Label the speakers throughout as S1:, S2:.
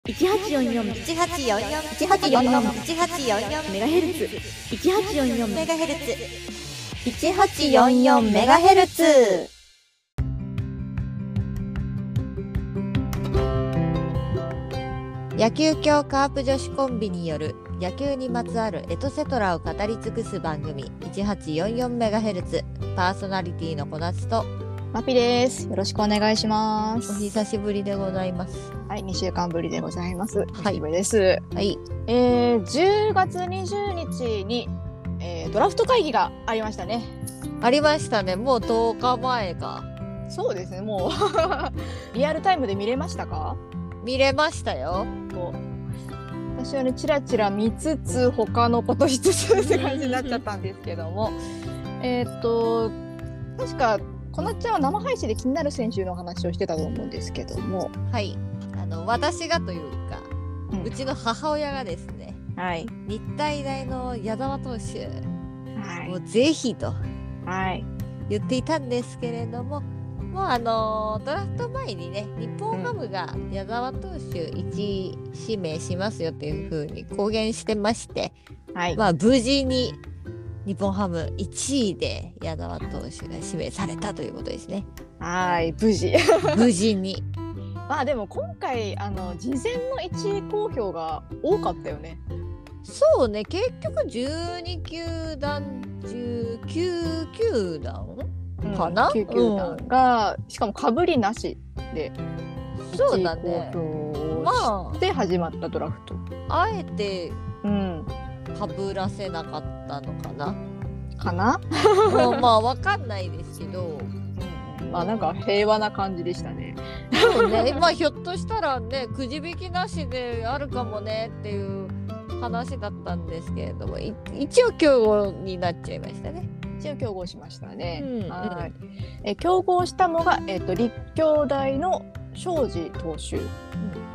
S1: 一八四四一八四
S2: 一八四四
S1: 四
S2: 一八四四
S1: メガヘルツ一八四四
S2: メガヘルツ
S1: 一八四四メガヘルツ
S2: 野球協カープ女子コンビによる野球にまつわるエトセトラを語り尽くす番組1844メガヘルツパーソナリティのこなつと
S3: マピです。よろしくお願いしま
S2: お
S3: す。
S2: 久しぶりでございます。
S3: はい、2週間ぶりでございます。
S2: はい
S3: マピです。
S2: はい、
S3: えー、10月20日に、えー、ドラフト会議がありましたね。
S2: ありましたね。もう10日前か。
S3: そうですね、もう リアルタイムで見れましたか？
S2: 見れましたよ。
S3: こう私はねチラチラ見つつ他のことしつつって感じになっちゃったんですけども、 えーっと確かこなっちゃんは生配信で気になる選手の話をしてたと思うんですけども、
S2: はい。あの私がというか、う
S3: うん
S2: ちの母親がですね、
S3: はい
S2: 日体大の矢沢投手、
S3: は
S2: もうぜひと
S3: いはい
S2: 言っていたんですけれども、もうあのドラフト前にね、日本ハムが矢沢投手1指名しますよっていうふうに公言してまして、
S3: はい
S2: まあ無事に日本ハム1位で矢沢投手が指名されたということですね。
S3: はい無事。
S2: 無事に。
S3: まあでも今回あの事前の1位公表が多かったよね。
S2: そうね、結局12球団、19球団
S3: うん
S2: かな
S3: 救急団が、しかもかぶりなしで
S2: そうだね
S3: 1位。公表を
S2: ま
S3: して始まったドラフト。
S2: あ、あえて
S3: うん、
S2: かぶらせなかったのかな。
S3: かな、
S2: もうまあ、わかんないですけど。
S3: まあなんか平和な感じでしたね。
S2: そうね、まあひょっとしたらねくじ引きなしであるかもねっていう話だったんですけれどもい一応競合になっちゃいましたね。
S3: 一応競合しましたね。
S2: うん
S3: はい。え競合したのがえっ、と立教大の庄司投手。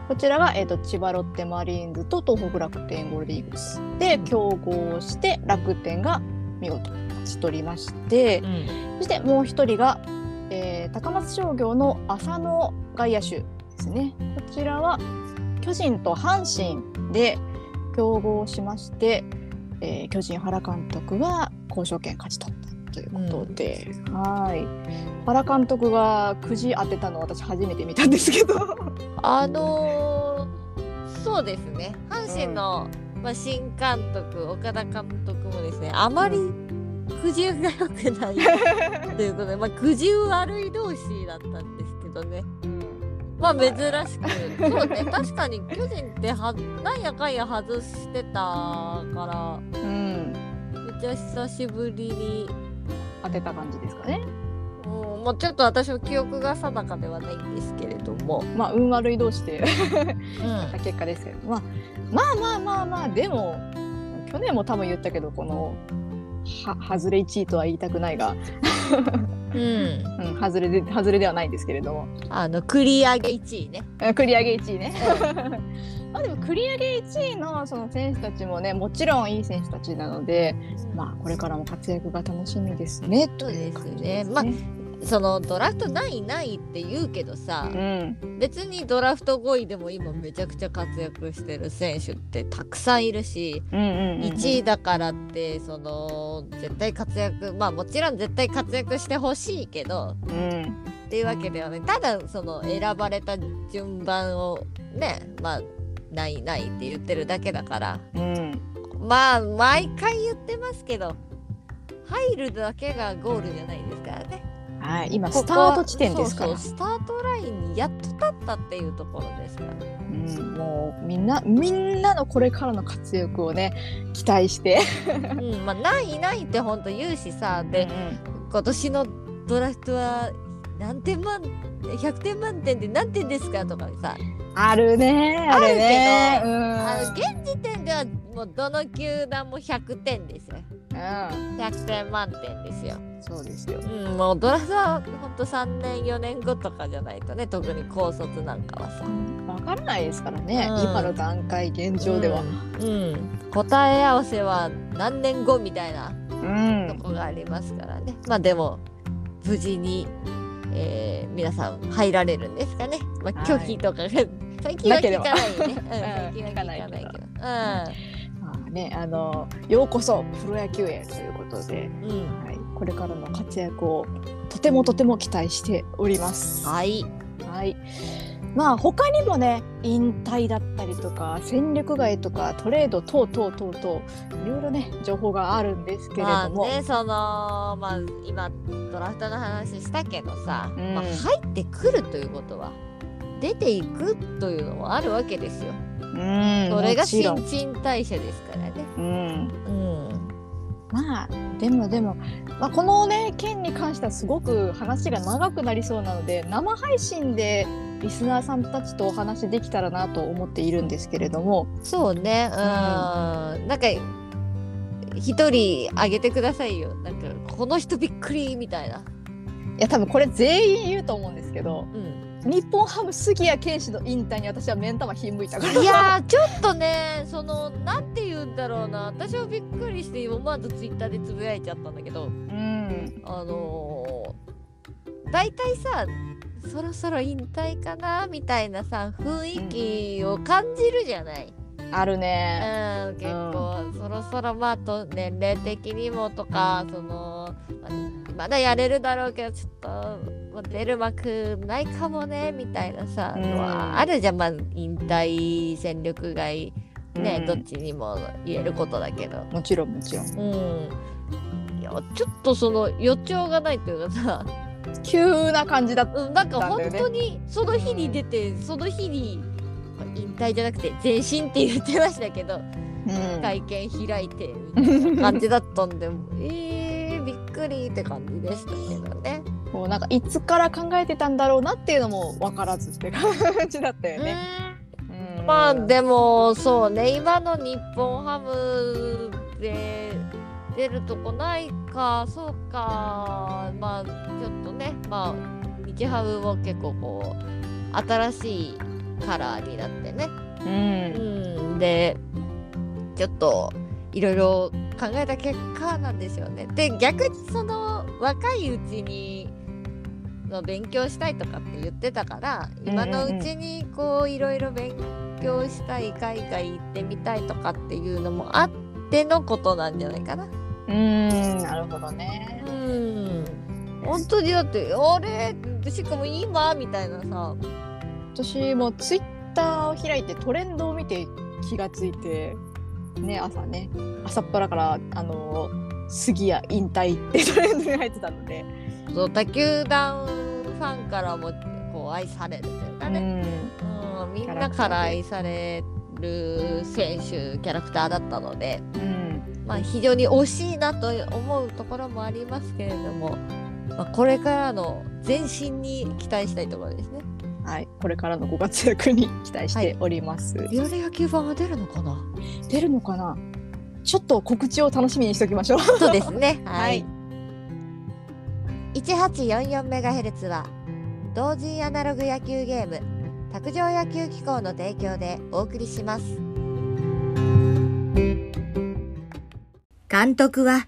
S3: こちらが、えっと千葉ロッテマリーンズと東北楽天ゴールデンイーグルスで競合して楽天が見事勝ち取りまして、そしてもう一人が、えー高松商業の浅野外野手ですね。こちらは巨人と阪神で競合しまして、えー巨人原監督が交渉権勝ち取ったということで、はい原監督がくじ当てたの私初めて見たんですけど。
S2: あのーそうですね阪神の、まあ、新監督岡田監督もですねあまりくじ運が良くないということで、まあ、くじ運悪い同士だったんですけどね。まあ珍しくそうね確かに巨人ってはなんやかんや外してたから
S3: うん
S2: めっちゃ久しぶりに、
S3: 当てた感じですかね。
S2: うんまあ、ちょっと私も記憶が定かではないんですけれども、
S3: まあ運悪い同士で
S2: う
S3: 結果ですけど、まあ、まあまあまあまあでも去年も多分言ったけどこのは外れ1位とは言いたくないが、
S2: ん
S3: うん、外れで外れではないんですけれども
S2: あの繰り上げ1位ね。
S3: うん繰り上げ1位ね。 まあでも繰り上げ1位のその選手たちもねもちろんいい選手たちなので、まあ、これからも活躍が楽しみですねという感じですね。
S2: そうそのドラフトないないって言うけどさ、
S3: うん
S2: 別にドラフト5位でも今めちゃくちゃ活躍してる選手ってたくさんいるし、
S3: うんうんうんうん
S2: 1位だからってその絶対活躍まあもちろん絶対活躍してほしいけど
S3: うん
S2: っていうわけではないただその選ばれた順番をねまあないないって言ってるだけだから
S3: うん
S2: まあ毎回言ってますけど入るだけがゴールじゃないですからね。
S3: はい、今
S2: こ
S3: ス
S2: こ
S3: タ
S2: は
S3: ート地点ですから
S2: そうそうスタートラインにやっと立ったっていうところですから
S3: うんもうみんなみんなのこれからの活躍をね期待して、
S2: うんまあないないってほんと言うしさで今年のドラフトは何点満100点満点で何点ですかとかさ
S3: あるねあるね
S2: あの現時点ではもうどの球団も100点ですよ
S3: うん
S2: 100点満点ですよ、
S3: うんそうですよ
S2: うん、もうドラフトはほんと3年4年後とかじゃないとね特に高卒なんかはさ
S3: わからないですからね、
S2: うん
S3: 今の段階現状では
S2: うん、うん答え合わせは何年後みたいな
S3: うん
S2: とこがありますからね、まあでも無事に、えー皆さん入られるんですかね、まあ、
S3: はい
S2: 拒否とかが、最近は
S3: なけれ
S2: 聞
S3: ば
S2: かないよね。うん、最 近は聞
S3: うん聞
S2: か
S3: か
S2: な
S3: ないい
S2: け
S3: け
S2: ど
S3: ど。
S2: う
S3: まあね、あのようこそプロ野球へということで、
S2: ん。うん。
S3: はい、これからの活躍をとてもとても期待しております。
S2: はい。
S3: はい。まあ他にもね引退だったりとか戦力外とかトレード等々等々いろいろね情報があるんですけれ
S2: まあ
S3: ども、
S2: ね、その、まあ、今、ドラフトの話したけどさ、
S3: うん
S2: まあ、入ってくるということは、出ていくというのもあるわけですよ。
S3: うん
S2: それが
S3: もち
S2: 新
S3: ろん、
S2: 陳代謝ですからね。
S3: うん、
S2: うん。
S3: まあでもでも、まあ、このね件に関してはすごく話が長くなりそうなので生配信でリスナーさんたちとお話できたらなと思っているんですけれども、
S2: そうね、うん。なんか、一人あげてくださいよ。なんか、この人びっくりみたいな。
S3: いや多分これ全員言うと思うんですけど
S2: うん。
S3: 日本ハム杉谷拳士の引退に私は目ん玉ひんむいたから
S2: いやーちょっとねそのなんて言うんだろうな私はびっくりして思わずツイッターでつぶやいちゃったんだけど
S3: うん
S2: あのー、大体さそろそろ引退かなみたいなさ雰囲気を感じるじゃない、
S3: あるね。
S2: うん、結構、そろそろまあと年齢的にもとかそのままだやれるだろうけどちょっとまあ出る幕ないかもねみたいなさ、
S3: うん
S2: のはあるじゃん、まあ、引退戦力外ね、
S3: うん
S2: どっちにも言えることだけど、
S3: もちろんもちろん。
S2: うん、いやちょっとその予兆がないというかさ、
S3: 急な感じだった。
S2: うん、なんか
S3: なんだ
S2: 本
S3: よね
S2: 当にその日に出て、その日に、まあ引退じゃなくて前進って言ってましたけど。会見開いてみたいな感じだったんでえー、びっくりって感じでしたけどね。
S3: もうなんかいつから考えてたんだろうなっていうのも分からずって感じだったよね。うん
S2: まあでもそうね今の日本ハムで出るとこないかそうかまあちょっとねまあ日ハムも結構こう新しいカラーになってね
S3: うん
S2: うん、でちょっといろいろ考えた結果なんですよね。で逆にその若いうちにの勉強したいとかって言ってたから今のうちにこういろいろ勉強したい海外行ってみたいとかっていうのもあってのことなんじゃないかな。
S3: うんなるほどね。
S2: うん本当にだってあれしかも今みたいなさ
S3: 私もツイッターを開いてトレンドを見て気がついてね朝ね朝っぱらからあの杉谷引退ってトレンドに入ってたので。
S2: そう他球団ファンからもこう愛されるというかね、うん、みんなから愛される選手キャラクターだったので、
S3: うん
S2: まあ、非常に惜しいなと思うところもありますけれども、まあ、これからの前進に期待したいところですね。
S3: はい、これからのご活躍に期待しております。
S2: いろいろ野球版は出るのかな
S3: 出るのかなちょっと告知を楽しみにしておきまし ょう。
S2: そうですね。は
S3: はいい。
S2: 1844メガヘルツは同人アナログ野球ゲーム卓上野球機構の提供でお送りします。
S1: 監督は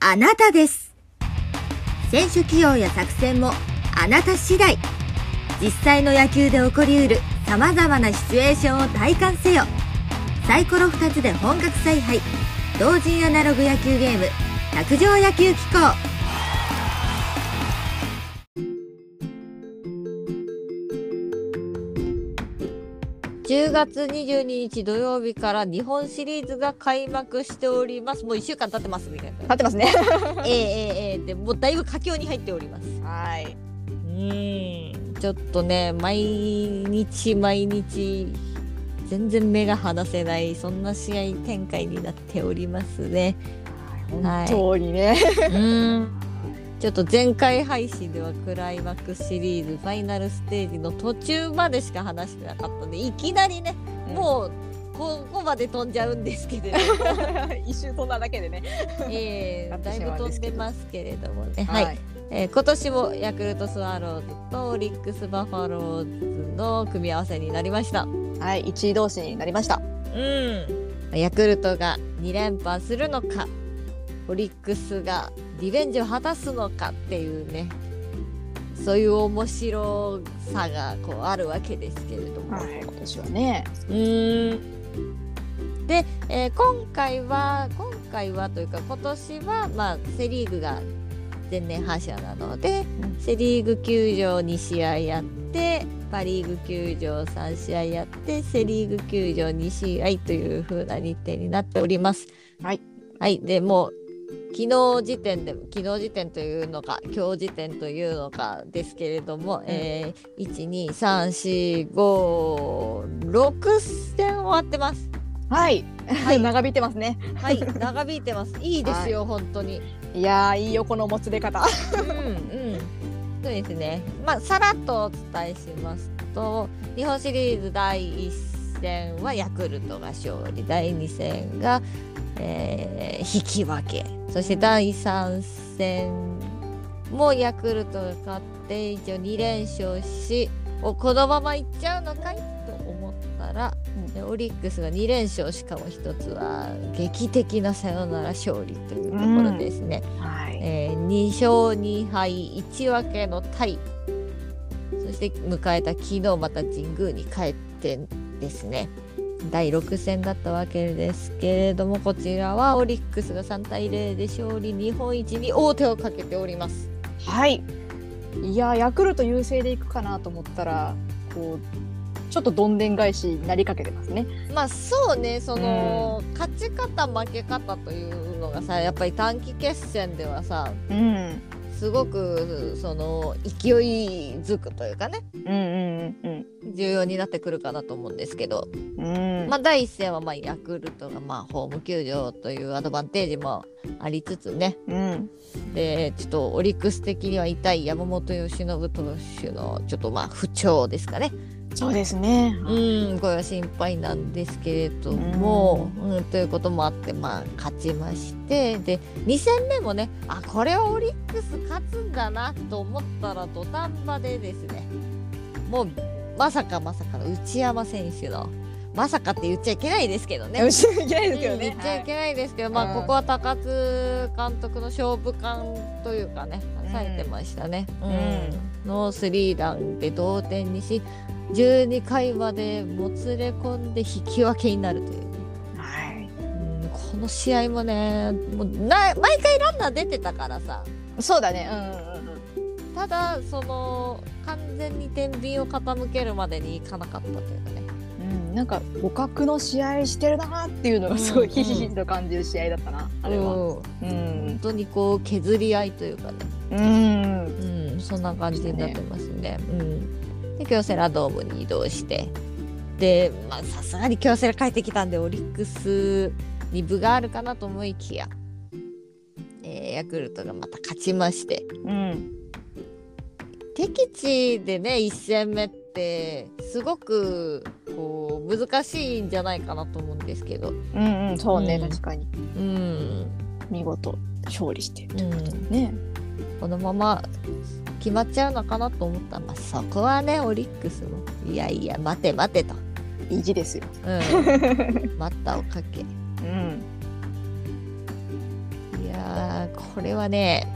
S1: あなたです選手起用や作戦もあなた次第実際の野球で起こりうる様々なシチュエーションを体感せよサイコロ2つで本格采配同人アナログ野球ゲーム卓上野球機構
S2: 10月22日土曜日から日本シリーズが開幕しております。もう1週間経ってますみたいな。
S3: 立ってますね。
S2: ええええええでもうだいぶ佳境に入っております。
S3: はい。
S2: うん。ちょっとね、毎日毎日、全然目が離せない、そんな試合展開になっておりますね。はい
S3: 本当にね。
S2: うん。ちょっと前回配信ではクライマックスシリーズファイナルステージの途中までしか話してなかったんで、いきなりね、もうここまで飛んじゃうんですけれども、
S3: 一周飛んだだけでね。
S2: えー、
S3: な
S2: だ
S3: っ
S2: い
S3: てし
S2: ぶ
S3: まうん
S2: 飛
S3: で
S2: ん
S3: す
S2: で
S3: けど
S2: ますけれどもね、はい
S3: い。
S2: えー今年もヤクルトスワローズとオリックス・バファローズの組み合わせになりました。
S3: はい、一位同士になりました。
S2: うん、ヤクルトが2連覇するのかオリックスがリベンジを果たすのかっていうねそういう面白さがこうあるわけですけれども、
S3: はい、今年はね。
S2: うんで、えー今回は今回はというか今年は、まあ、セ・リーグが前年覇者なので、
S3: うん
S2: セ・リーグ球場2試合やってパ・リーグ球場3試合やってセ・リーグ球場2試合という風な日程になっております。
S3: はい、
S2: はい、でもう昨日時点で昨日時点というのか今日時点というのかですけれども、えー、12345戦終わってます。
S3: はい、
S2: はい
S3: 長引いてますね。
S2: はい、 長引いてます。いいですよ、本当に。
S3: いやーいいよこのもつれ方。
S2: うんうん、そうですね、まあ、さらっとお伝えしますと日本シリーズ第1戦はヤクルトが勝利第2戦が、えー引き分けそして第3戦もヤクルトが勝って一応2連勝しおこのままいっちゃうのかいと思ったら、
S3: う
S2: オリックスが2連勝しかも1つは劇的なサヨナラ勝利というところですね。
S3: はい。
S2: えー2勝2敗1分けのタイそして迎えた昨日また神宮に帰ってですね第6戦だったわけですけれどもこちらはオリックスが3対0で勝利日本一に王手をかけております。
S3: はい。いやーヤクルト優勢でいくかなと思ったらこうちょっとどんでん返しになりかけてますね。
S2: まあそうねその、勝ち方負け方というのがさやっぱり短期決戦ではさ
S3: うん。
S2: すごくその勢いづくというかね
S3: うんうんうん
S2: 重要になってくるかなと思うんですけど
S3: うん。うん。
S2: まあ、第一戦はまあヤクルトがまあホーム球場というアドバンテージもありつつね
S3: うん。
S2: でちょっとオリックス的には痛い山本由伸投手のちょっとまあ不調ですかね
S3: そうですね。
S2: うんこれは心配なんですけれども、うん、ということもあってまあ勝ちましてで2戦目もねあこれはオリックス勝つんだなと思ったら土壇場でですねもうまさかまさかの内山選手のまさかって言っちゃいけないですけどね
S3: ね、後 ろいけないですけど
S2: うん
S3: ね
S2: 言。っちゃいけないですけど、まあ
S3: うん
S2: ここは高津監督の勝負感というかね
S3: ん
S2: さえてましたね、うん
S3: う
S2: のスリーランで同点にし12回までもつれ込んで引き分けになるというね、
S3: はい。
S2: うんこの試合もねもうな毎回ランナー出てたからさ
S3: はいそうだね。うんうんうん。
S2: ただその完全に天秤を傾けるまでにいかなかったというかね
S3: うん、なんか互角の試合してるなっていうのがすご
S2: う
S3: い
S2: ん
S3: ひしひしと感じる試合だったな、あれは。
S2: うん
S3: うん
S2: 本、当にこう削り合いというかね
S3: うん、
S2: うん、そんな感じになってますね。うん、で京セラドームに移動してでまあさすがに京セラ帰ってきたんでオリックスに分があるかなと思いきや、えーヤクルトがまた勝ちまして
S3: うん、
S2: 敵地でね1戦目ってすごくこう難しいんじゃないかなと思うんですけど、
S3: うん、うん、そうね、
S2: うん
S3: 確かに
S2: うん
S3: 見事勝利して
S2: うん、
S3: ね。
S2: このまま決まっちゃうのかなと思ったら、まあ、そこはねオリックスもいやいや待て待てと。
S3: 意地ですよ。
S2: うん、待ったをかけい
S3: うん、
S2: やーこれはね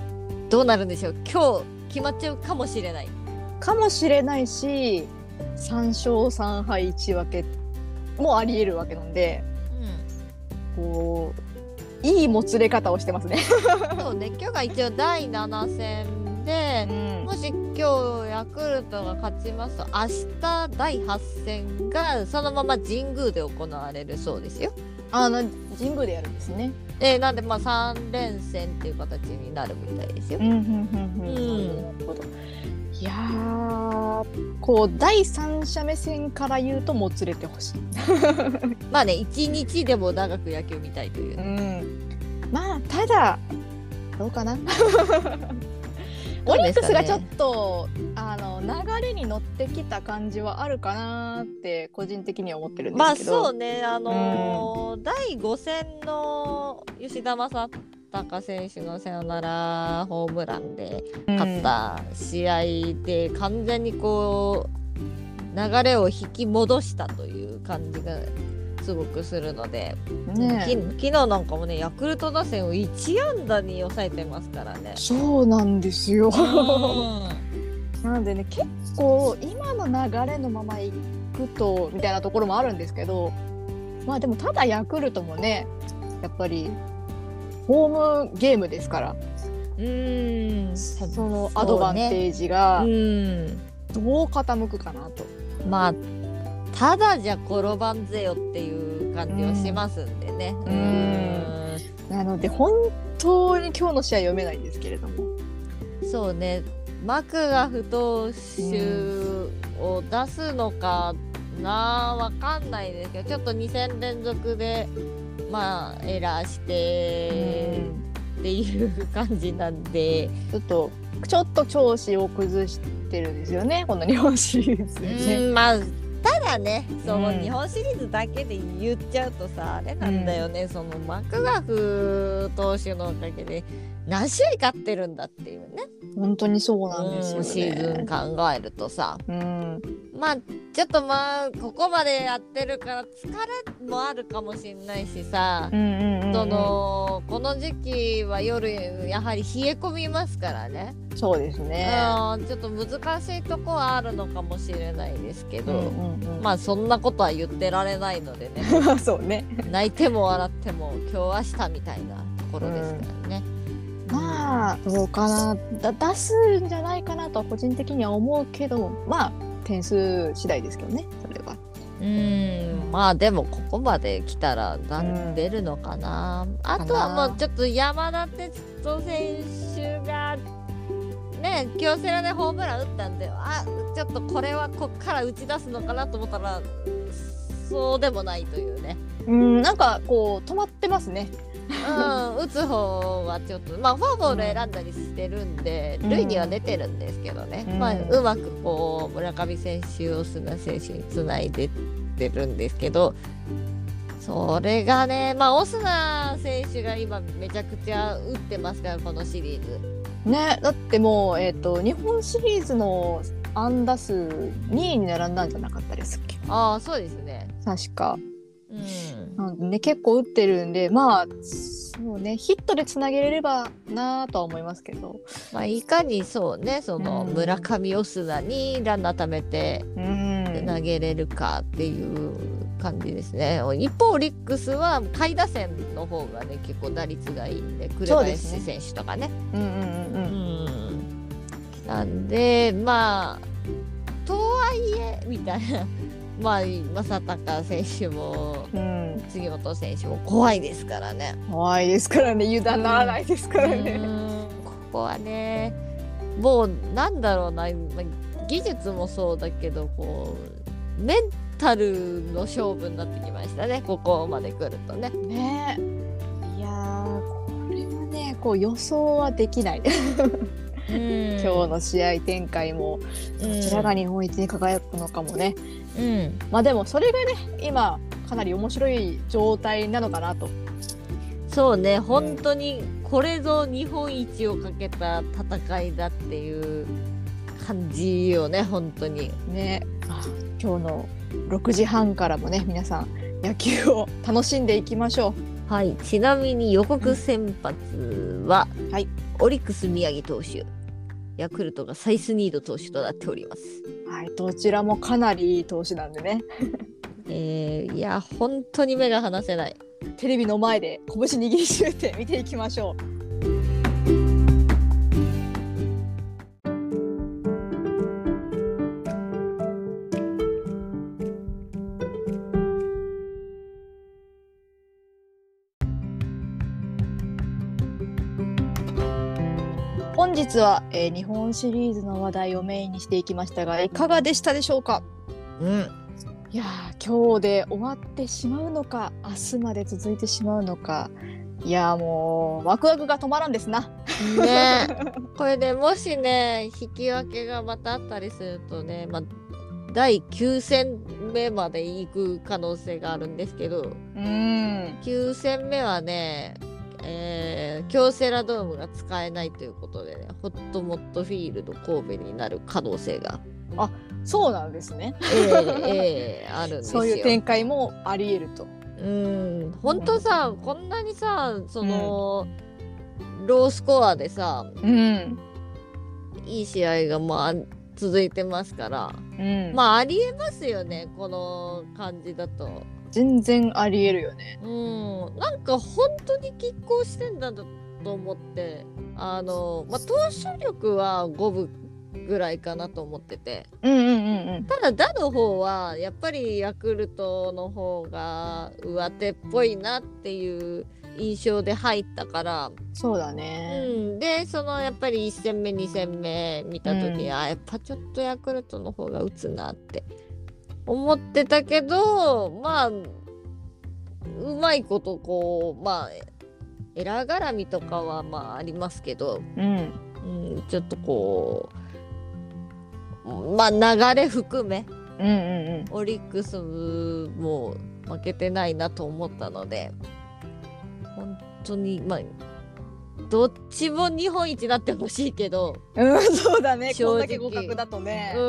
S2: どうなるんでしょう今日決まっちゃうかもしれない
S3: かもしれないし、三勝三敗一分けもあり得るわけなんで、こういいもつれ方をしてますね。
S2: そうね今日が一応第7戦で
S3: ん
S2: もし今日ヤクルトが勝ちますと明日第8戦がそのまま神宮で行われるそうですよ。
S3: あの神宮でやるんですね。
S2: えーなんでまあ3連戦っていう形になるみたいですよ
S3: う。んうんうんうんなるほどいやーこう第三者目線から言うともつれてほしい、
S2: まあね1日でも長く野球見たいというね、
S3: まあただどう かなオリックスがちょっと、あの流れに乗ってきた感じはあるかなーって個人的には思ってるんで
S2: ますあ
S3: けど、
S2: そうね、あのー第5戦の吉田正尚選手のサヨナラホームランで
S3: うん
S2: 勝った試合で、完全にこう流れを引き戻したという感じがすごくするので、き
S3: ね
S2: 昨日なんかもねヤクルト打線を1安打に抑えてますからね。
S3: そうなんですよ
S2: うん
S3: なのでね結構今の流れのままいくとみたいなところもあるんですけどまあでもただヤクルトもねやっぱりホームゲームですから
S2: うん
S3: そのアドバンテージが
S2: うん
S3: どう傾くかなと。
S2: まあただじゃ転ばんぜよっていう感じはしますんでね
S3: うんなので本当に今日の試合読めないんですけれども。
S2: うんそうねマクガフ投手を出すのかなわかんないですけどちょっと2戦連続でまあエラーしてっていう感じなんで、
S3: ちょっとちょっと調子を崩してるんですよねこの日本シリーズでね。
S2: うんまあただねその
S3: うん
S2: 日本シリーズだけで言っちゃうとさあれなんだよね、そのマクガフ投手のおかげで何試合勝ってるんだっていうね
S3: 本当にそうなんですよ
S2: うん
S3: ね。
S2: シーズン考えるとさ
S3: うん
S2: まあちょっとまあここまでやってるから疲れもあるかもしんないしさ
S3: う、んうんうんうん
S2: そのこの時期は夜やはり冷え込みますからね、
S3: そうですね。
S2: うんちょっと難しいとこはあるのかもしれないですけど。
S3: うんうんうん
S2: まあそんなことは言ってられないのでね
S3: そうね。
S2: 泣いても笑っても今日明日みたいなところですからね。
S3: まあどうかなだ出すんじゃないかなとは個人的には思うけどまあ点数次第ですけどねそれは。
S2: うんまあでもここまで来たらな
S3: うん
S2: 出るのかな、あとは
S3: かな
S2: もうちょっと山田哲人選手がね京セラでホームラン打ったんであちょっとこれはこっから打ち出すのかなと思ったらそうでもないというね、
S3: うんなんかこう止まってますね。
S2: うん、打つ方はちょっとまあフォアボール選んだりしてるんで
S3: うん
S2: 塁には出てるんですけどね、
S3: うん
S2: まあ、うまくこう村上選手を砂選手につないでってるんですけどそれがねまあオスナ選手が今めちゃくちゃ打ってますからこのシリーズ。
S3: ねだってもうえっ、と日本シリーズの安打数2位に並んだんじゃなかったですっけ
S2: ああそうですね。
S3: 確か。
S2: うん
S3: なんでね結構打ってるんでまあそうねヒットでつなげれればなとは思いますけど。
S2: まあ、いかにそうねその
S3: うん
S2: 村上オスナにランナー貯めて
S3: うん
S2: 投げれるかっていう感じですね。一方オリックスは下位打線の方がね結構打率がいいんで紅
S3: そうです
S2: 林
S3: ね
S2: 選手とかね。
S3: うんうんうんうん。
S2: うんなんでまあとはいえみたいな まあ正尚選手も
S3: うん、
S2: 杉本選手も怖いですからね。
S3: 怖いですからね油断ならないですか
S2: う
S3: らね。
S2: んここはねもうなんだろうなまあ技術もそうだけどこうメンタルの勝負になってきましたねここまで来るとね。
S3: ねいやーこれはねこう予想はできない、
S2: 今
S3: 今日の試合展開もどちらが日本一に輝くのかもね、
S2: うん
S3: まあでもそれがね今かなり面白い状態なのかなと
S2: そうね本当にこれぞ日本一をかけた戦いだっていう感じよね本当に。
S3: ねあ今日の6時半からもね皆さん野球を楽しんでいきましょ
S2: はい、ちなみに予告先発は、
S3: はい
S2: オリックス宮城投手ヤクルトがサイスニード投手となっております。
S3: う、はい、どちらもかなりいい投手なんでね
S2: えー、いや本当に目が離せない。
S3: テレビの前で拳握りしめて見ていきましょう本日は、えー日本シリーズの話題をメインにしていきましたがいかがでしたでしょうか
S2: うん、
S3: いやー今日で終わってしまうのか明日まで続いてしまうのかいやーもうワクワクが止まらんですな
S2: ね これでもしね引き分けがまたあったりするとね、まあ、第9戦目まで行く可能性があるんですけど
S3: うん
S2: 9戦目はね、えー、京セラドームが使えないということでねホットモットフィールド神戸になる可能性が、
S3: そうなんですね
S2: えーえーあるんですよ。
S3: そういう展開もありえると
S2: うん本当さこんなにさその、ロースコアでさ
S3: うん
S2: いい試合がまあ続いてますから、
S3: うんまあ
S2: まあありえますよねこの感じだと。
S3: 全然ありえるよね。
S2: うん、なんか本当に拮抗してんだと思ってあの、まあ、投手力は五分ぐらいかなと思ってて
S3: うんうんうんうん。
S2: ただ打の方はやっぱりヤクルトの方が上手っぽいなっていう印象で入ったから、
S3: そうだ
S2: う
S3: ね。
S2: ん、でそのやっぱり1戦目2戦目見た時、
S3: うん
S2: あやっぱちょっとヤクルトの方が打つなって思ってたけどまあうまいことこうまあエラー絡みとかはまあありますけど、
S3: うん。
S2: うん、ちょっとこうまあ流れ含め
S3: うんうん
S2: オリックスも負けてないなと思ったので本当にまあどっちも日本一になってほしいけど、
S3: うん。うん、 そうだね。
S2: 正直
S3: こんだけ互角だとね。
S2: うん、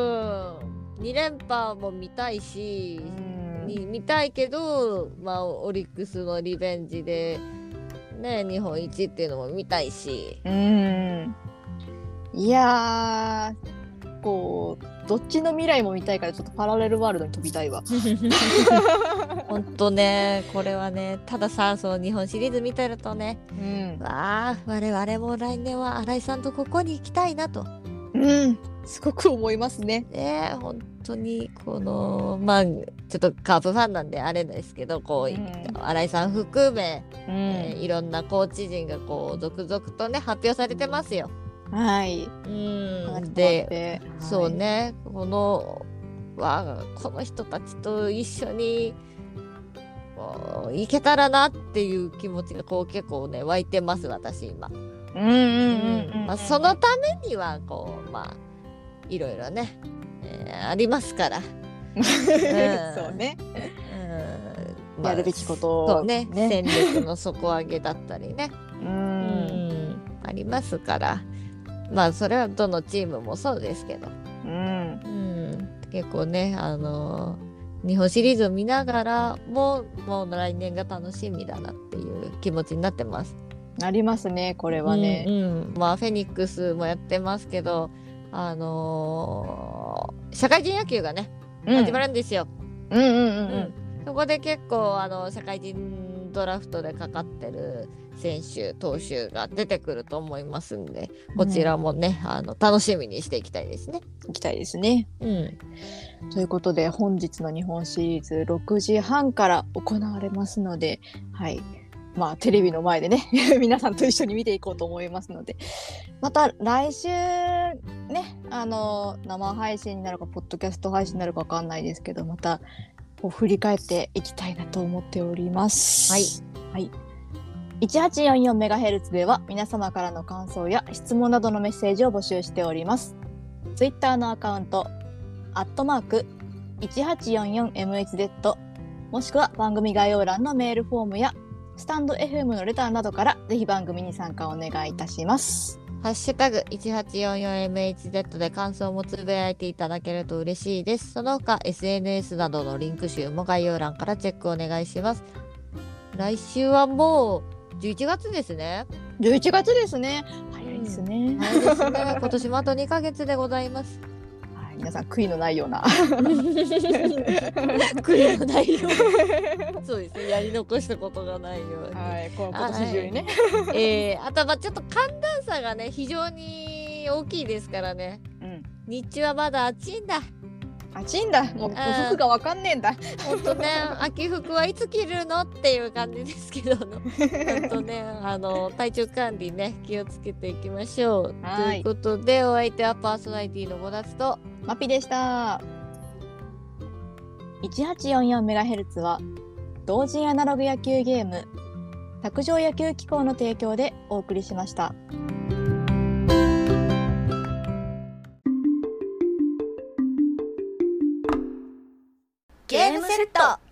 S2: 2連覇も見たいし、
S3: うん
S2: に見たいけど、まあ、オリックスのリベンジで、ね、日本一っていうのも見たいし、
S3: うん。いやー、こう、どっちの未来も見たいから、ちょっとパラレルワールドに飛びたいわ。
S2: 本当ねこれはねたださその日本シリーズ見てるとね
S3: うん。
S2: わあ我々も来年は新井さんとここに行きたいなと。
S3: うん。すごく思いますね。
S2: ねえ本当にこのまあちょっとカープファンなんであれですけどこう、
S3: うん
S2: 新井さん含め、
S3: う
S2: えーいろんなコーチ陣がこう続々とね発表されてますよ。
S3: はい。
S2: うん、で
S3: で、
S2: そう。ねこのわあこの人たちと一緒にこう行けたらなっていう気持ちがこう結構ね湧いてます私今。
S3: うんうんうんうん。
S2: まあ、そのためにはこうまあいろいろね、えーあります から、
S3: そうね。
S2: うん
S3: やるべきこ
S2: まあ
S3: と
S2: そうね
S3: ね
S2: 戦力の底上げだったりね、
S3: う。
S2: うんんありますからまあそれはどのチームもそうですけど、
S3: うん。
S2: うん、結構ねあのー日本シリーズを見ながらももう来年が楽しみだなっていう気持ちになってます。
S3: ありますね、これはね。
S2: うんうんまあフェニックスもやってますけどあのー社会人野球がね始ま
S3: る。
S2: るんですよ、
S3: うんうんう
S2: うんそこで結構あの社会人ドラフトでかかってる選手投手が出てくると思いますんで
S3: うん。
S2: こちらもね、あの楽しみにしていきたいですね。
S3: 行きたいですね。
S2: うん、
S3: ということで本日の日本シリーズ6時半から行われますので、はい、まあテレビの前でね 皆さんと一緒に見ていこうと思いますので、また来週ねあの生配信になるかポッドキャスト配信になるかわかんないですけど、またこう振り返っていきたいなと思っております。
S2: はい。
S3: はい。1844メガヘルツでは皆様からの感想や質問などのメッセージを募集しております。ツイッターのアカウント、アットマーク 1844MHz もしくは番組概要欄のメールフォームやスタンド FM のレターなどからぜひ番組に参加をお願いいたします。
S2: ハッシュタグ 1844MHz で感想もつぶやいていただけると嬉しいです。その他 SNS などのリンク集も概要欄からチェックお願いします。来週はもう11月ですね。
S3: 11月ですね。早いですね。
S2: 早いですね今年もあと2ヶ月でござい ます。
S3: はい、皆さん悔いのないような。
S2: 悔いのないように。そうですね。やり残したことがないように。
S3: はい、この今年中にね。
S2: えーあとはまあちょっと寒暖差がね非常に大きいですからね。
S3: うん。
S2: 日中はまだ暑いんだ。
S3: あちんだ。もう、もう服がわかんねえんだ。
S2: 本当ね秋服はいつ着るのっていう感じですけど 本当ねあの体調管理ね気をつけていきましょう。と
S3: はいいう
S2: ことでお相手はパーソナリティの5月と
S3: マピでした。1844メガヘルツは同人アナログ野球ゲーム卓上野球機構の提供でお送りしました。
S1: ゲームセット